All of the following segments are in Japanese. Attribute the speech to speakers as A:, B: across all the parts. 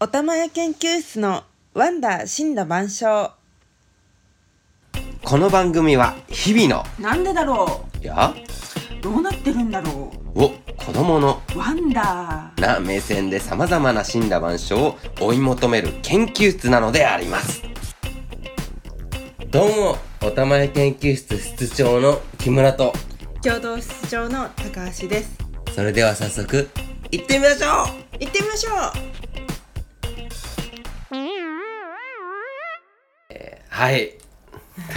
A: おたまや研究室のワンダー死んだ万象
B: この番組は日々の
C: なんでだろ
B: や
C: うどうなってるんだろ
B: を子供の
C: うワンダー
B: な目線で様々な死んだ万象を追い求める研究室なのでありますどうもおたまえ研究室室長の木村と
A: 共同室長の高橋です
B: それでは早速行ってみましょ
A: 行ってみましょう
B: うはい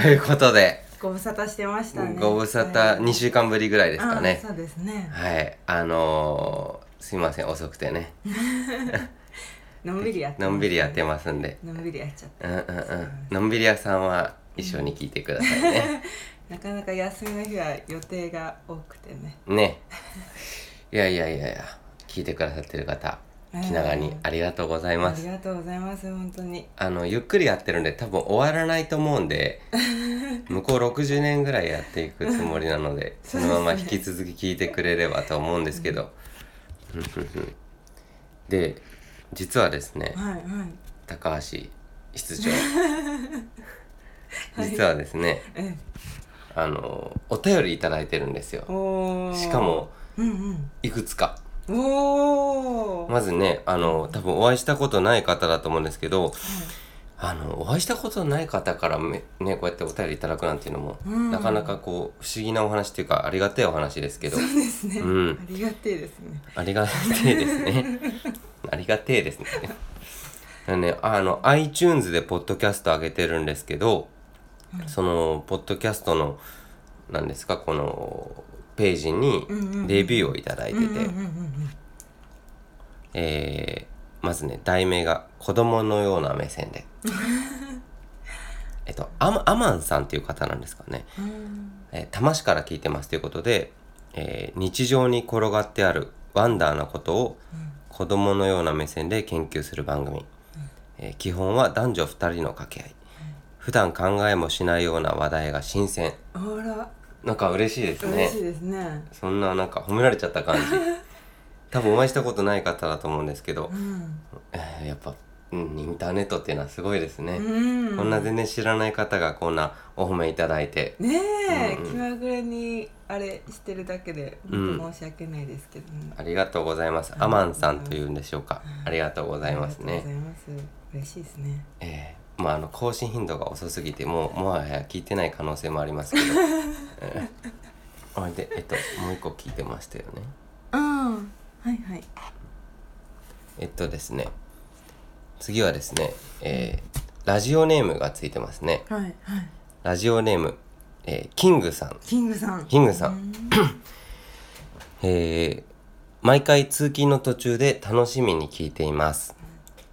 B: ということで、
A: ご無沙汰してましたね
B: ご無沙汰2週間ぶりぐらいですかね
A: あそうですね
B: はいあのー、すいません遅くてね
A: のんびりやって
B: のんびりやってますんで
A: のんびりやっちゃった
B: うんうんうんのんびり屋さんは一緒に聞いてくださいね、
A: なかなか休みの日は予定が多くてね
B: ねいやいやいやいや聞いてくださってる方気長にありがとうござい
A: あ
B: ま
A: り
B: す
A: がとうございます本当に
B: あのゆっくりやってるんで多分終わらないと思うん で向こう60年ぐらいやっていくつもりな のでそのまま引き続き聞いてくれればと思うんですけどで実はですね
A: はいはい
B: 高橋室 長実はですね
A: え
B: あのお便り頂いただいてるんですよ
A: えおー
B: しかも
A: うん
B: いくつか
A: うんおお、
B: まずねあの多分お会いしたことない方だと思うんですけど、あのお会いしたことない方からめねこうやってお便りいただくなんていうのも、
A: うん
B: なかなかこう不思議なお話っていうかありがたいお話ですけど
A: そうですね、
B: うん
A: ありがてえですね
B: ありがてえですねありがてえですねだねあの iTunes でポッドキャスト上げてるんですけど、そのポッドキャストのなんですかこのページにレビューをいただいてて、えーまずね題名が「子供のような目線で」えっとアマアマンさんっていう方なんですかね、えー多摩市から聞いてますということで、えー日常に転がってあるワンダーなことを子供のような目線で研究する番組、えー基本は男女2人の掛け合い、普段考えもしないような話題が新鮮
A: あら
B: なんか嬉しいですね
A: 嬉しいですね
B: そんななんか褒められちゃった感じ 多分お会いしたことない方だと思うんですけど、
A: うん
B: えーやっぱ、うん、インターネットっていうのはすごいですね、
A: うん
B: こんな全然知らない方がこんなお褒めいただいて
A: ねえ、
B: うんうん
A: 気まぐれにあれしてるだけで
B: うん
A: 本当申し訳ないですけどね、
B: ありがとうございます、アマンさんというんでしょうか、ありがとうございます
A: ありがと
B: ね
A: うございます嬉しいですね
B: えーまああの更新頻度が遅すぎてもうもはや聞いてない可能性もありますけど、えー、ほいでえっともう一個聞いてましたよね
A: うんはいはい
B: えっとですね次はですね、えーラジオネームがついてますね
A: はいはい
B: ラジオネーム、えーキングさん
A: キングさん
B: キングさん。えー毎回通勤の途中で楽しみに聞いています。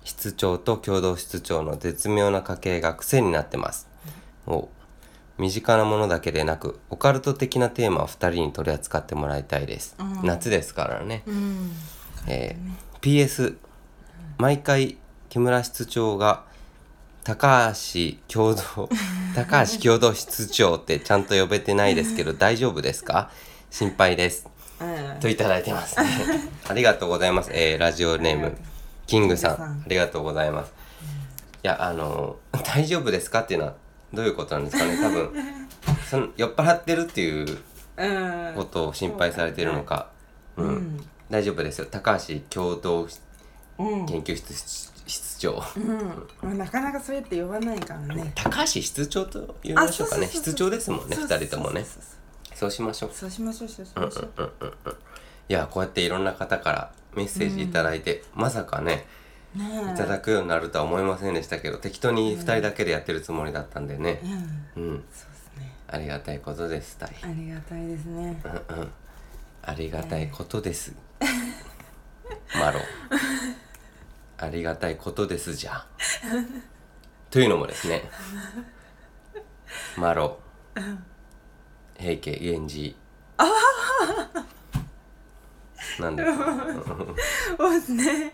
B: 室長と共同室長の絶妙な家系が癖になってます。お身近なものだけでなく、オカルト的なテーマを2人に取り扱ってもらいたいです。夏ですからね。
A: うん
B: えー PS 毎回木村室長が高橋共 同高橋共同室長ってちゃんと呼べてないですけど大丈夫ですか心配です
A: あ
B: といただいてます、ね、 ありがとうございます、えーラジオネームキングさん
A: キングさん
B: ありがとうございますいやあのー大丈夫ですかっていうのはどういうことなんですかね 多分その酔っ払ってるっていう
A: うん
B: ことを心配されてるのか、うん大丈夫ですよ高橋共同
A: うん
B: 研究室室室長、
A: うんまあなかなかそれって呼ばないからね
B: 高橋室長と呼びましょうかね
A: あそうそうそうそう
B: 室長ですもんね
A: そう
B: 二
A: そうそう
B: 人ともね
A: そうそうそう
B: そうしましょう
A: そうしましょうそうしましょう
B: いやこうやっていろんな方からメッセージいただいて、まさかねいただくようになるとは思いませんでしたけど適当に二人だけでやってるつもりだったんでね
A: うん
B: うん
A: そうですね
B: ありがたいことです大
A: あ
B: 変
A: りがたいですね
B: うんうんありがたいことです、マロありがたいことですじゃというのもですねマロ平家源氏なんで
A: そうですね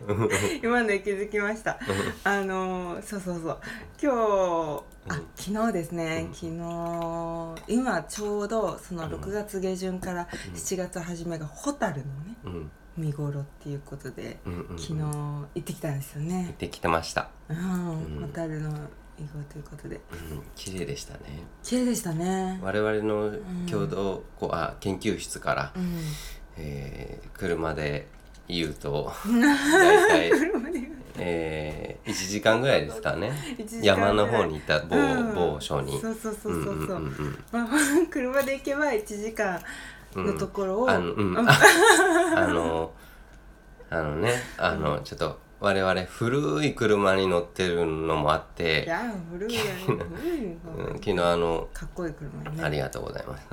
A: 今ので気づきましたあのーそうそうそう今日あ昨日ですね昨日今ちょうどその6月下旬から7月初めがホタルのね
B: うん
A: 見頃っていうことで
B: うんうんうん
A: 昨日行ってきたんですよ
B: 行っ
A: ね。
B: てきてました、
A: うん、
B: ん
A: 小樽の囲碁ということで
B: うん、綺麗でしたね
A: 綺麗でしたね。
B: 我々の共同こうあ研究室から、
A: うん。
B: えー車で言 うと大体、
A: 車で
B: えー、1時間ぐらいですかね
A: 一時間ぐら
B: 山
A: い
B: の方にいた某,、
A: うん
B: 某所に
A: そうそうそうそうそう。
B: んんん
A: まあ 車で行けば1時間
B: うん
A: のところを、
B: あの、うん、ああのあのねあのちょっと我々古い車に乗ってるのもあっ
A: い
B: て、
A: や古いや古いよ
B: うん、昨日あの
A: かっこいい車にね。
B: ありがとうございます、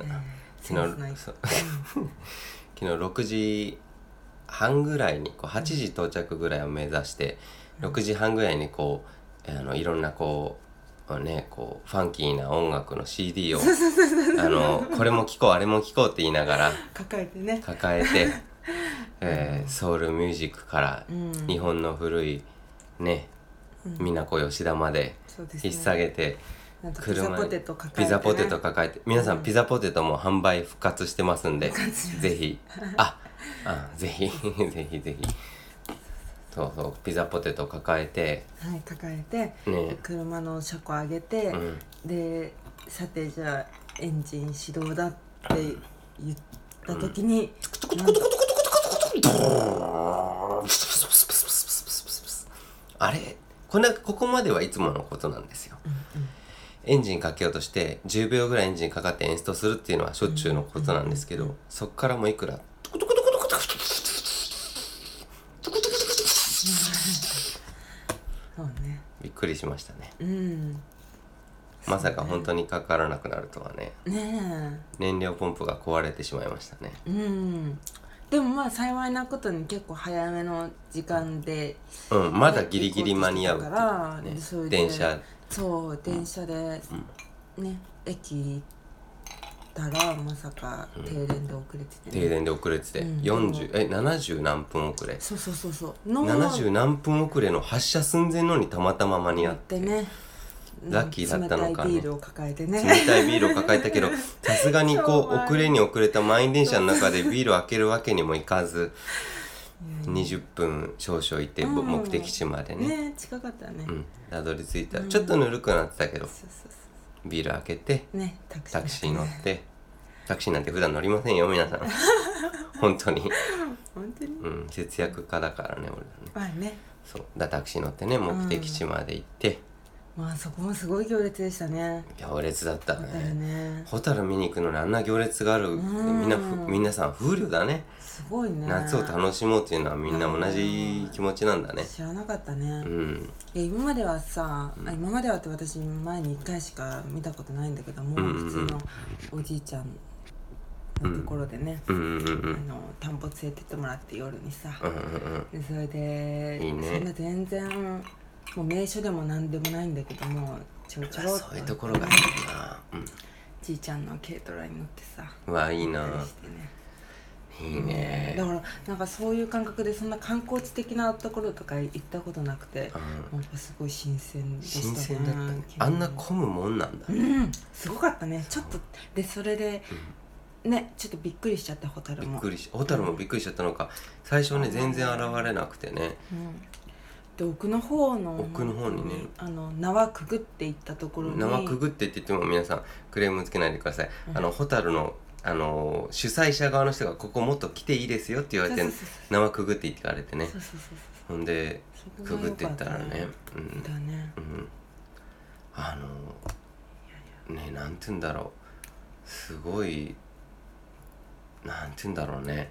A: センスない
B: そう昨日6時半ぐらいにこう8時到着ぐらいを目指して、6時半ぐらいにこうあのいろんなこうねこうファンキーな音楽の CD をあのこれも聴こうあれも聴こうって言いながら
A: 抱えてね。
B: 抱えて、 えーソウルミュージックから
A: うん
B: 日本の古いね、美奈子吉田まで
A: そうですね
B: 引っ提げて。
A: なんかピザ
B: 車に
A: ポテト抱えて、ね、
B: ピザポテト抱えて皆さんピザポテトも販売復活してますんで、ぜひああぜひ ぜひぜひそうそうピザポテト抱えて
A: はい抱えて、
B: ね
A: 車の車庫上げて、
B: うん
A: でさてじゃあエンジン始動だって言った時に、なんと
B: あれこんなここまではいつものことなんですよ、エンジンかけようとして10秒ぐらいエンジンかかってエンストするっていうのはしょっちゅうのことなんですけど、そっからもいくら
A: そうね
B: びっくりしましたね
A: うん
B: まさか本当にかからなくなるとはね
A: ね
B: 燃料ポンプが壊れてしまいましたね
A: えうんでもまあ幸いなことに結構早めの時間で
B: うんまだギリギリ間に合うって
A: から
B: いうね
A: それで
B: 電車
A: そう電車で、ね駅行ったらまさか停電で遅れててね、
B: 停電で遅れてて、
A: うん
B: 40え70何分遅れ
A: そうそうそうそうの
B: 70何分遅れの発車寸前のにたまたま間に合って
A: でね
B: ラッキーだったの
A: 冷た
B: か
A: い
B: ね
A: ビールを抱えてね
B: 冷たいビールを抱え たけどさすがにこ
A: しょう
B: う
A: がない
B: 遅れに遅れた満員電車の中でビールを開けるわけにもいかず20分少々行ってぼ
A: うん
B: 目的地までね
A: ね近かったね、
B: うんたどり着いたちょっとぬるくなってたけど
A: そうそうそ
B: ビール開けて
A: うねタクシー
B: タクシー乗ってタクシーなんて普段乗りませんよ皆 さん本当に
A: 本当に
B: うん節約家だからね俺らね
A: まあね
B: そうだタクシー乗ってね目的地まで行って、
A: まあそこもすごい行列でしたね
B: 行列だった
A: だ
B: ね
A: よね
B: ホタル見に行くのにあんな行列がある、
A: ん
B: みんなふ皆さん風流だね
A: すごいね
B: 夏を楽しもうっていうのはみんな同じ気持ちなんだね
A: 知らなかったね、
B: うん
A: え今まではさ、あ今まではって私前に1回しか見たことないんだけども、
B: うんうんうん
A: 普通のおじいちゃんのところでね、
B: うんうんうんうん
A: あの田んぼ連れてってもらって夜にさ、
B: うんうん
A: でそれで
B: いいね
A: そんな全然もう名所でも何でもないんだけどもちょろちょろっ
B: そういうところがいいなうん
A: じいちゃんの軽トラに乗ってさ
B: うわいいな
A: 行ったりしてね
B: いいね
A: だからなんかそういう感覚でそんな観光地的なところとか行ったことなくて、
B: う
A: やっぱすごい新鮮でしたね
B: 新鮮だったねあんな混むもんなんだ
A: うんすごかったねちょっとでそれで、ねちょっとびっくりしちゃったホタル
B: びっ
A: も
B: くりし小樽もびっくりしちゃったのか最初ね全然現れなくてね
A: うんで奥の方の
B: 奥の方にね
A: あの縄くぐっていったところに
B: 生くぐってって言っても皆さんクレームつけないでください、あのホタルのあのー主催者側の人が「ここもっと来ていいですよ」って言われて
A: そうそうそう
B: 生くぐっていってかれてね
A: そうそうそう
B: ほんで
A: そう
B: くぐっていったら
A: そこが良
B: ね
A: か
B: う
A: そうだ
B: ん、
A: ね
B: うん、あのーねなんて言うんだろうすごいなんて言うんだろうね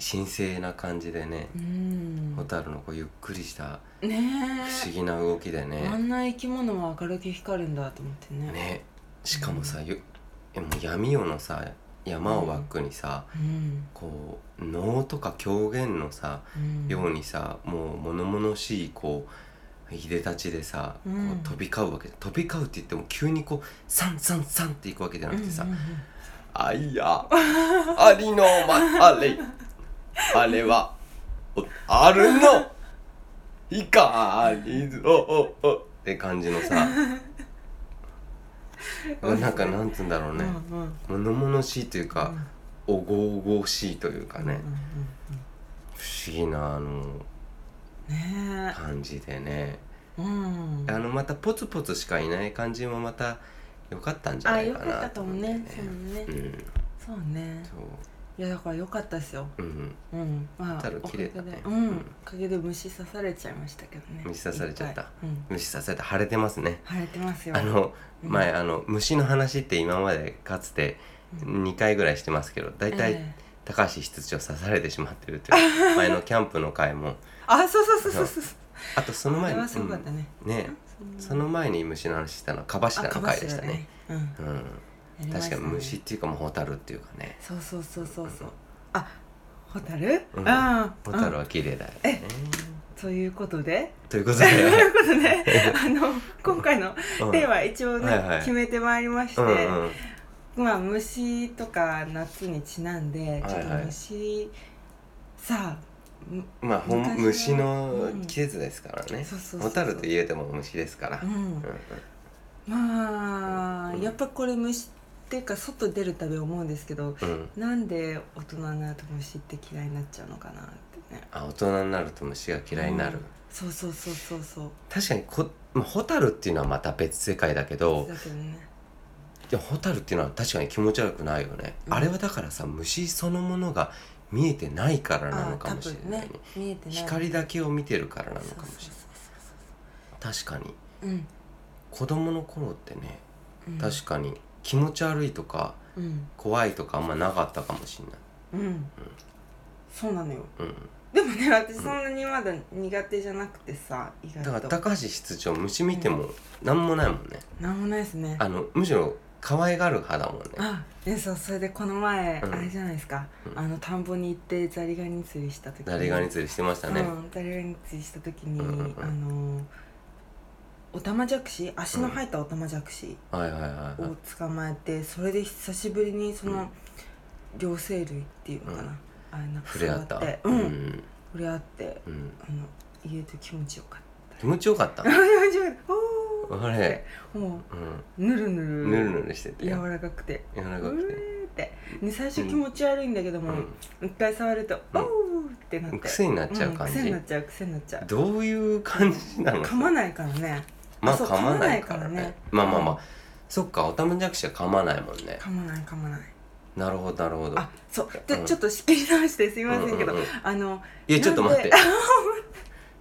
B: 神聖な感じでね
A: うん
B: ホタルのこうゆっくりした
A: ね
B: 不思議な動きで
A: え
B: ね
A: あんな生き物も明るく光るんだと思ってね
B: ねしかもさ、ゆえもう闇夜のさ山をバックにさ、
A: うん
B: こう能とか狂言のさ、
A: うん
B: ようにさもう物々しいこういでたちでさ、
A: うん
B: こう飛び交うわけ飛び交うって言っても急にこうサンサンサンっていくわけじゃなくてさ「
A: うんうんうん
B: あいやありのまあれあれはおあるの光ぞ」って感じ のさなんかなんつうんだろうね、
A: うんうん
B: 物々しいというか、おごおごしいというかね、
A: うんうんうん
B: 不思議なあの
A: ね
B: 感じでね
A: えうん
B: あのまたポツポツしかいない感じもまた良かったんじゃ
A: あ
B: ない
A: よ
B: か
A: かっ
B: な
A: たかもねそうね、
B: うん
A: そうね
B: そ
A: いやだからよかったですよ
B: ううん
A: うんまあ
B: 太郎
A: おか
B: 綺
A: げ
B: 麗
A: で
B: だね
A: うん、
B: うん
A: おかげで虫刺されちゃいましたけどね
B: 虫刺されちゃった
A: いぱいうん
B: 虫刺されて腫れてますね
A: 腫れてますよ
B: あの
A: うん
B: 前あの虫の話って今までかつて2回ぐらいしてますけど大体、
A: ええ
B: 高橋室長刺されてしまってるとい う前のキャンプの回も
A: あそうそうそうそうそう
B: あとその
A: あ
B: 前
A: れ
B: に
A: はすごかったね、
B: うんねその前に虫の話したのはカバシ
A: あ
B: タの回でしたね
A: かばしらねう
B: うんん
A: やりま
B: 確
A: し
B: か
A: た
B: に
A: ね
B: 虫っていうかもうホタルっていうかね
A: そうそうそうそうそうあホタル
B: うん
A: ああ
B: ホタル
A: うん
B: は綺麗だよね
A: ということで
B: というこ と
A: とい
B: で
A: うこと であの今回の
B: うん
A: テーマ一応ね、
B: はいはい
A: 決めてまいりまして、
B: うんうん
A: まあ虫とか夏にちなんでちょっと
B: はいはい
A: 虫、さあむ
B: まあほん
A: 昔は
B: 虫の季節ですからね
A: そうそうそうそう
B: ホタルといえても虫ですから
A: う
B: うん
A: ん
B: うん
A: まあ、
B: うん
A: やっぱこれ虫っていうか外出るたび思うんですけど
B: うん
A: なんで大人になると虫って嫌いになっちゃうのかなってね
B: あ大人になると虫が嫌いになる
A: うんそうそうそうそうそう
B: 確かにこまあホタルっていうのはまた別世界だけど
A: だけどね
B: いやホタルっていうのは確かに気持ち悪くないよね、
A: うん
B: あれはだからさ虫そのものが見えてないからなの
A: あ
B: か
A: 多
B: もし
A: 分
B: れないね
A: ね見えてない
B: 光だけを見てるからなの
A: そう
B: かも
A: そう
B: しれ
A: そう
B: ない確かに
A: そううん
B: 子供の頃ってね
A: うん
B: 確かに気持ち悪いとか
A: うん
B: 怖いとかあんまなかったかもしれない
A: うんそうなのよ
B: うん、
A: でもね私そんなにまだ苦手じゃなくてさ意
B: だから
A: 外と
B: 高橋室長虫見ても何もないもんね、
A: なんもないですね
B: あのむしろ可愛がる派だもんね
A: あでそうそれでこの前、
B: うん
A: あれじゃないですか、
B: うん
A: あの田んぼに行ってザリガニ釣りした時に
B: ザリガニ釣りしてましたね、
A: うん、ザリガニ釣りした時に、
B: うんうんうん
A: あのーオタマジャクシ足の生えたオタマジャクシ
B: はいはいはいはい
A: を捕まえて、それで久しぶりにその、
B: うん
A: 両生類っていうのかな、
B: うん
A: あれなんか
B: 触れ合った
A: 触てうん、
B: うん
A: 触れ合って
B: うん
A: あの家で気持ちよかっ
B: 気持ちよかった
A: た気持ちよかった おー
B: あれ
A: っても
B: うん
A: うぬるぬる
B: ぬるぬるしてて
A: 柔らかくて
B: 柔ら
A: う
B: かくて、
A: ーって、ね、最初気持ち悪いんだけども、一回触ると「
B: うん
A: おー」ってなっ
B: う
A: て
B: ん、癖になっちゃう感
A: ん癖
B: じ、
A: になっちゃう癖になっちゃう
B: どういう感じなの
A: 噛まないからね
B: まあ
A: そう
B: 噛まないから
A: 噛ま
B: ね
A: ないからね
B: まあまあまあそっかオタマジャクシは噛まないもんね
A: 噛まない噛まない
B: なるほどなるほど
A: あそう
B: う
A: で
B: ん
A: ちょっと仕切り直してすいませんけど、
B: うんうんうん
A: あの
B: いやちょっと待って
A: なん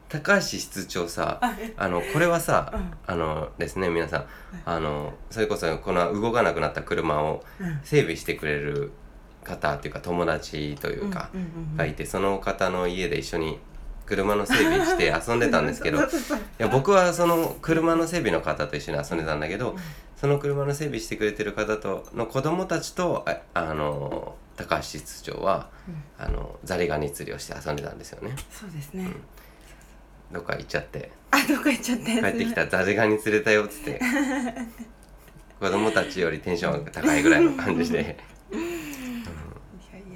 B: 高橋室長さ
A: あ
B: あのこれはさ、
A: うん
B: あのですね皆さんあのそれこそこの動かなくなった車を整備してくれる方っていうか友達というか、
A: うんうんうんうん
B: がいてその方の家で一緒に車の整備して 遊んでたんですけど
A: そうそうそう
B: いや僕はその車の整備の方と一緒に遊んでたんだけど、その車の整備してくれてる方との子供たちとああの高橋室長は、
A: うん
B: あのザリガニ釣りをして遊んでたんですよね
A: そうですね、
B: どっか行っちゃって
A: あどこ行っちゃって
B: 帰ってきたザリガニ釣れたよっつって 子供たちよりテンションが高いぐらいの感 じで
A: いやい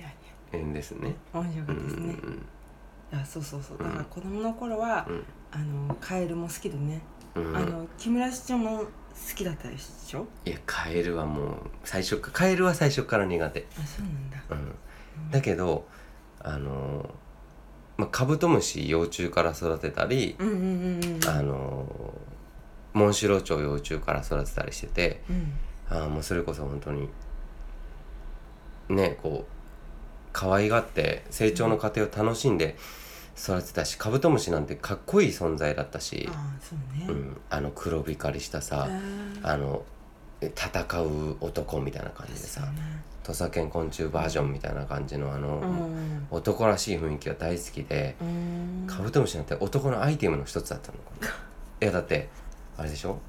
A: や
B: 縁ですね
A: 面白
B: う
A: か
B: ん
A: ったですね、いやそうそうそうだから子供の頃は、
B: うん
A: あのカエルも好きでね、
B: うんうん
A: あ
B: うん
A: の木村市長も好きだったでしょ
B: いやカエルはもう最初かカエルは最初から苦手、
A: あそうなんだ
B: うん、だけどあの、まあ、カブトムシ幼虫から育てたり、
A: うんうんうんうん
B: あのモンシロチョウ幼虫から育てたりしてて
A: うん
B: あーもうそれこそ本当にねこう可愛がって成長の過程を楽しんで育てたしカブトムシなんてかっこいい存在だったし、
A: ああそうね、
B: うん、あの黒光りした
A: あ
B: さ、
A: ー
B: あの戦う男みたいな感じでさ土佐犬昆虫バージョンみたいな感じのあの、
A: そうねうん
B: 男らしい雰囲気が大好きで。
A: うん
B: カブトムシなんて男のアイテムの一つだったのかないやだってあれでしょ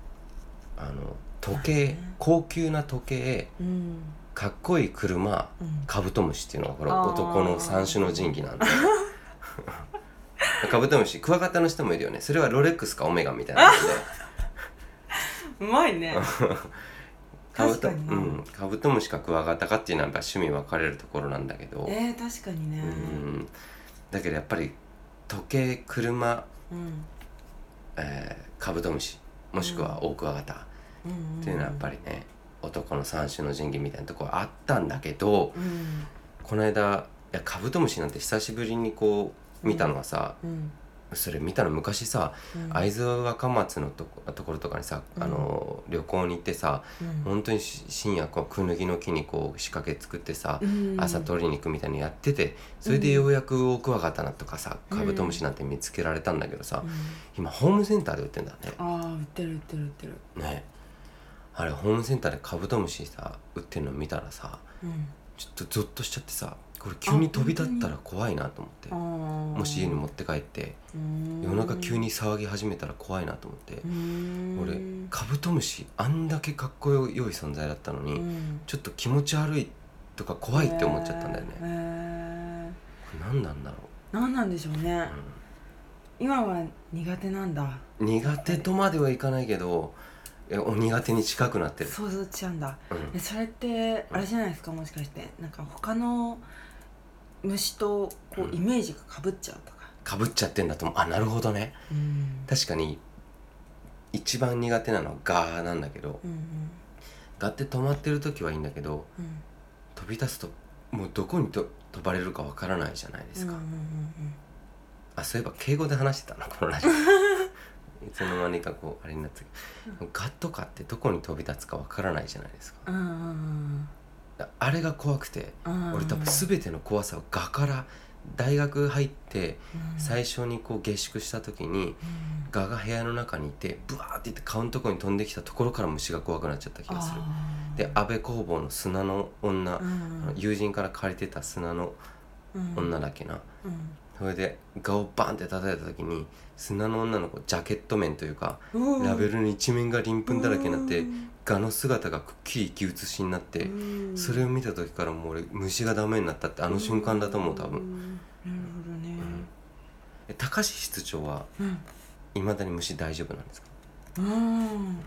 B: あの時計高級な時計
A: うん
B: かっこいい車
A: うん
B: カブトムシっていうのがこれ
A: あー
B: 男の三種の神器なんで カブトムシクワガタの人もいるよねそれはロレックスかオメガみたいなので
A: うま いね
B: カブ
A: 確
B: ト
A: かにな
B: うんカブトムシかクワガタかっていうのはやっぱ趣味分かれるところなんだけど、
A: えー、確かにね
B: うんだけどやっぱり時計車、
A: うん
B: えーカブトムシもしくはオオクワガタ、
A: うん
B: っていうのはやっぱりね男の三種の神器みたいなところあったんだけど
A: うん
B: この間やカブトムシなんて久しぶりにこう見たのはさ、
A: うん
B: それ見たの昔さ
A: うん
B: 会津若松のとこところとかにさ、
A: うん
B: あの旅行に行ってさ
A: うん
B: 本当にし深夜こうクヌギの木にこう仕掛け作ってさ、
A: うん
B: 朝取りに行くみたいにやっててそれでようやくオオクワガタなとかさカブトムシなんて見つけられたんだけどさ、
A: うん
B: 今ホームセンターで売ってんだね。
A: ああ売ってる売ってる売ってる
B: ねあれホームセンターでカブトムシさ売ってるの見たらさ
A: うん
B: ちょっとゾッとしちゃってさこれ急に飛び立ったら怖いなと思って
A: あー
B: もし家に持って帰って
A: うん
B: 夜中急に騒ぎ始めたら怖いなと思って
A: うん
B: 俺カブトムシあんだけかっこよい存在だったの
A: う
B: に
A: ん
B: ちょっと気持ち悪いとか怖いって思っちゃったんだよね
A: へ
B: こ
A: ー
B: れ何なんだろ
A: 何なんでしょうね
B: う、
A: 今は苦手なんだ
B: うん苦手とまではいかないけどえお苦手に近くなってる
A: 想像しちゃうんだ
B: うん
A: えそれってあれじゃないですかもしかしてなんか他の虫とこ
B: う
A: うんイメージがかぶっちゃうとか、
B: かぶっちゃってんだと思うあなるほどね
A: うん
B: 確かに一番苦手なのはガーなんだけど
A: うん
B: ガーって止まってる時はいいんだけど
A: うんうん
B: 飛び立つともうどこにと飛ばれるかわからないじゃないですか、
A: うんうん
B: あそういえば敬語で話してたなこのラ ジオいつの間にかこうあれになってたけどガッとかってどこに飛び立つかわからないじゃないですか
A: うんうんうん
B: だあれが怖くて
A: うんうん
B: 俺多分全ての怖さをガから大学入って
A: うん
B: 最初にこう下宿した時に
A: うん
B: ガが部屋の中にいてブワーっていって顔のとこに飛んできたところから虫が怖くなっちゃった気がする
A: あー
B: で安倍工房の砂の女、
A: うんうん
B: あの友人から借りてた砂の
A: うん
B: 女だっけな、
A: うん
B: それでガをバンって叩いた時に砂の女の子ジャケット面というか
A: うん
B: ラベルの一面が鱗粉だらけになっ
A: う
B: て
A: ん
B: ガの姿がくっきり生き写しになって
A: うん
B: それを見た時からもう俺虫がダメになったってあの瞬間だと思う多分
A: んなるほどね
B: え高橋室長は
A: うん
B: いまだに虫大丈夫なんですか
A: うん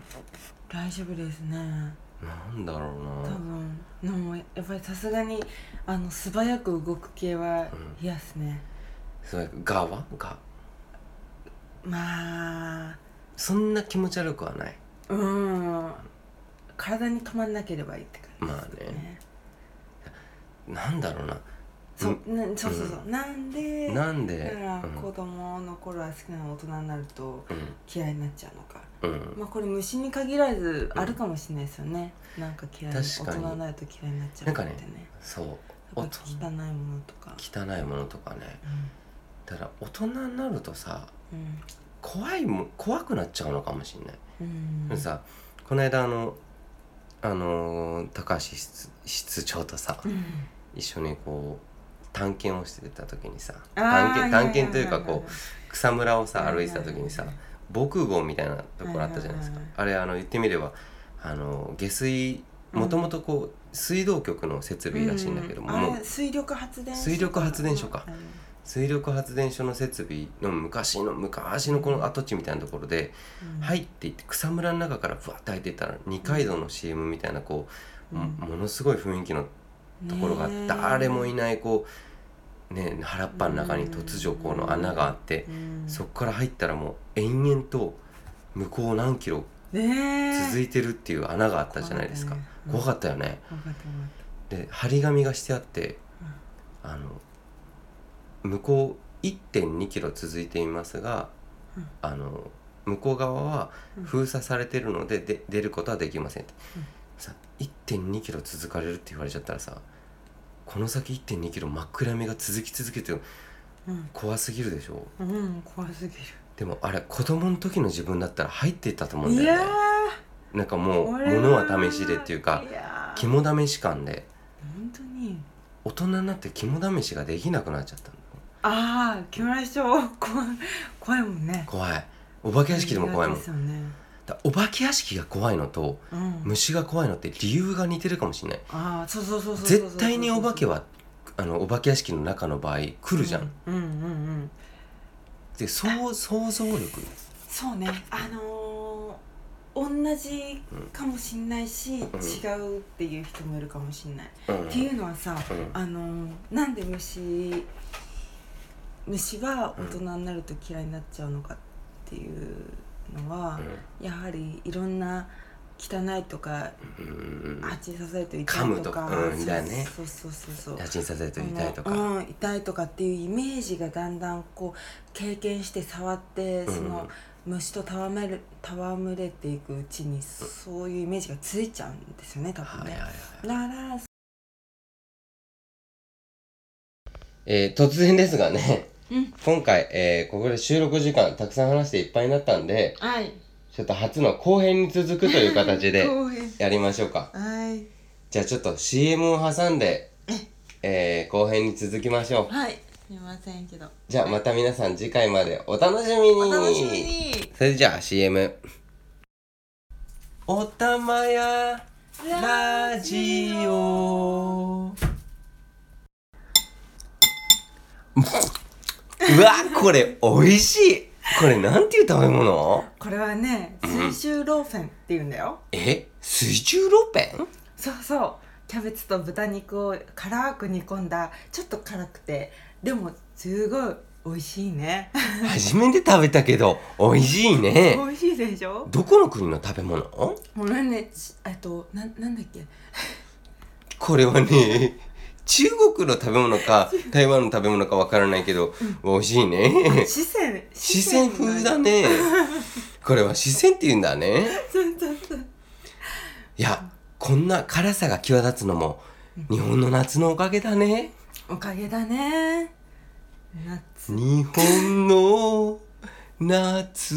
A: 大丈夫ですね
B: なんだろう
A: 多
B: な
A: 分でもやっぱりさすがにあの素早く動く系は
B: うん
A: 冷やすね、
B: それガはガ
A: まあ
B: そんな気持ち悪くはない
A: うん体に止まんなければいいって感
B: まあ
A: じ
B: ね
A: ね
B: なんだろうな
A: そうなそうそうそう、なんで
B: なんで
A: だから
B: うん
A: 子供の頃は好きなの大人になると
B: う
A: 嫌いになっちゃうのか
B: んうん
A: まあこれ虫に限らずあるかもしれないですよね、なんか嫌いな大
B: 確か
A: 人
B: に
A: になると嫌いになっちゃうのってね
B: そう
A: や
B: 大
A: っぱ汚い
B: 人
A: ものとか
B: 汚いものとかね
A: う
B: だから大人になるとさ
A: ん
B: 怖いも怖くなっちゃうのかもしれない、
A: うん
B: でもさこの間あのあのー高橋室室長とさ
A: うん
B: 一緒にこう探検をしてた時にさ
A: あーはいはい
B: 探検探
A: はいはい
B: 検というかこう草むらをさ
A: はい
B: 歩
A: はい
B: いてた時にさ防空壕みたいなところあったじゃないですか
A: はいはい
B: あれあの言ってみればあの下水もともとこう水道局の設備らしいんだけども、
A: うん
B: も
A: あ
B: う
A: れ水力発電所
B: 水力発電所か
A: うん
B: 水力発電所の設備の昔の昔のこの跡地みたいなところで
A: うん
B: 入っていって草むらの中からふわっと入っていったら二階堂の CM みたいなこう、
A: うん
B: もものすごい雰囲気のところが
A: ねえ
B: 誰もいないこう、ね、原っぱの中に突如この穴があって
A: うん
B: そこから入ったらもう延々と向こう何キロ
A: ねえ
B: 続いてるっていう穴があったじゃないですか
A: 怖
B: 怖か
A: か
B: ったよね。
A: わかったわかっ
B: で張り紙がしてあってあの向こう1 2キロ続いていますが
A: うん
B: あの向こう側は
A: うん
B: 封鎖されてるのでで出ることはできませんって、
A: うん
B: さ1 2キロ続かれるって言われちゃったらさこの先1 2キロ真っ暗闇が続き続けて
A: た
B: 怖すぎるでしょ
A: うんうん怖すぎ
B: でもあれ子供の時の自分だったら入っていったと思うん
A: るい
B: だよ
A: や
B: ねなんかもう物は試しでっていうか
A: 本
B: 肝試し感で
A: 当に
B: 大人になって肝試しができなくなっちゃったの
A: ああ木村市長怖い怖いもんね
B: 怖いお化け屋敷でも怖いもん
A: ですよね
B: だお化け屋敷が怖いのと
A: うん
B: 虫が怖いのって理由が似てるかもしれない
A: ああそうそうそうそうそうそう
B: 絶対にお化けはあのお化け屋敷の中の場合来るじゃん、
A: うんうんうん
B: で想想像力
A: そうねあのー同じかもしんないし、違うっていう人もいるかもしんない、
B: うん
A: っていうのはさ、
B: うん
A: あのーなんで虫虫が大人になると嫌いになっちゃうのかっていうのは、やはりいろんな汚いとか
B: うん
A: 発させると痛いとか
B: 噛むとうんだね
A: そうそうそうそう
B: 打診させると痛いと
A: あ
B: か
A: のうん、痛いとかっていうイメージがだんだんこう経験して触って
B: うん
A: その虫と戯れ戯れていくうちにそういうイメージがついちゃうんですよね多分
B: はいはい
A: ね。
B: はい
A: ララ
B: えー突然ですがね、
A: うん
B: 今回、えーここで収録時間たくさん話していっぱいになったんで
A: はい
B: ちょっと初の後編に続くという 形で
A: 公園
B: やりましょうか
A: はい
B: じゃあちょっと CM を挟んで、えー後編に続きましょう
A: はいすいませんけど
B: じゃあまた皆さん次回までお楽しみに
A: お楽しみに
B: それじゃあ CM おたまやラジオうわこれ美味しいこれなんていう食べ物
A: これはね水中ローフェンっていうんだよ、
B: え水中ロペン
A: そうそうキャベツと豚肉を辛く煮込んだちょっと辛くてでもすごい美味しいね
B: 初めて食べたけど美味しい
A: 美
B: ね
A: 味しいでしょ
B: どこの国の食べ物
A: もうねちえっとななんだっけ
B: これはね中国の食べ物か台湾の食べ物かわからないけど美味しいね
A: 四川
B: 四川風だ
A: ね
B: ねこれは四川って言うんだね
A: そうそうそう
B: いやこんな辛さが際立つのも日本の夏のおかげだね
A: おかげだね夏
B: 日本の夏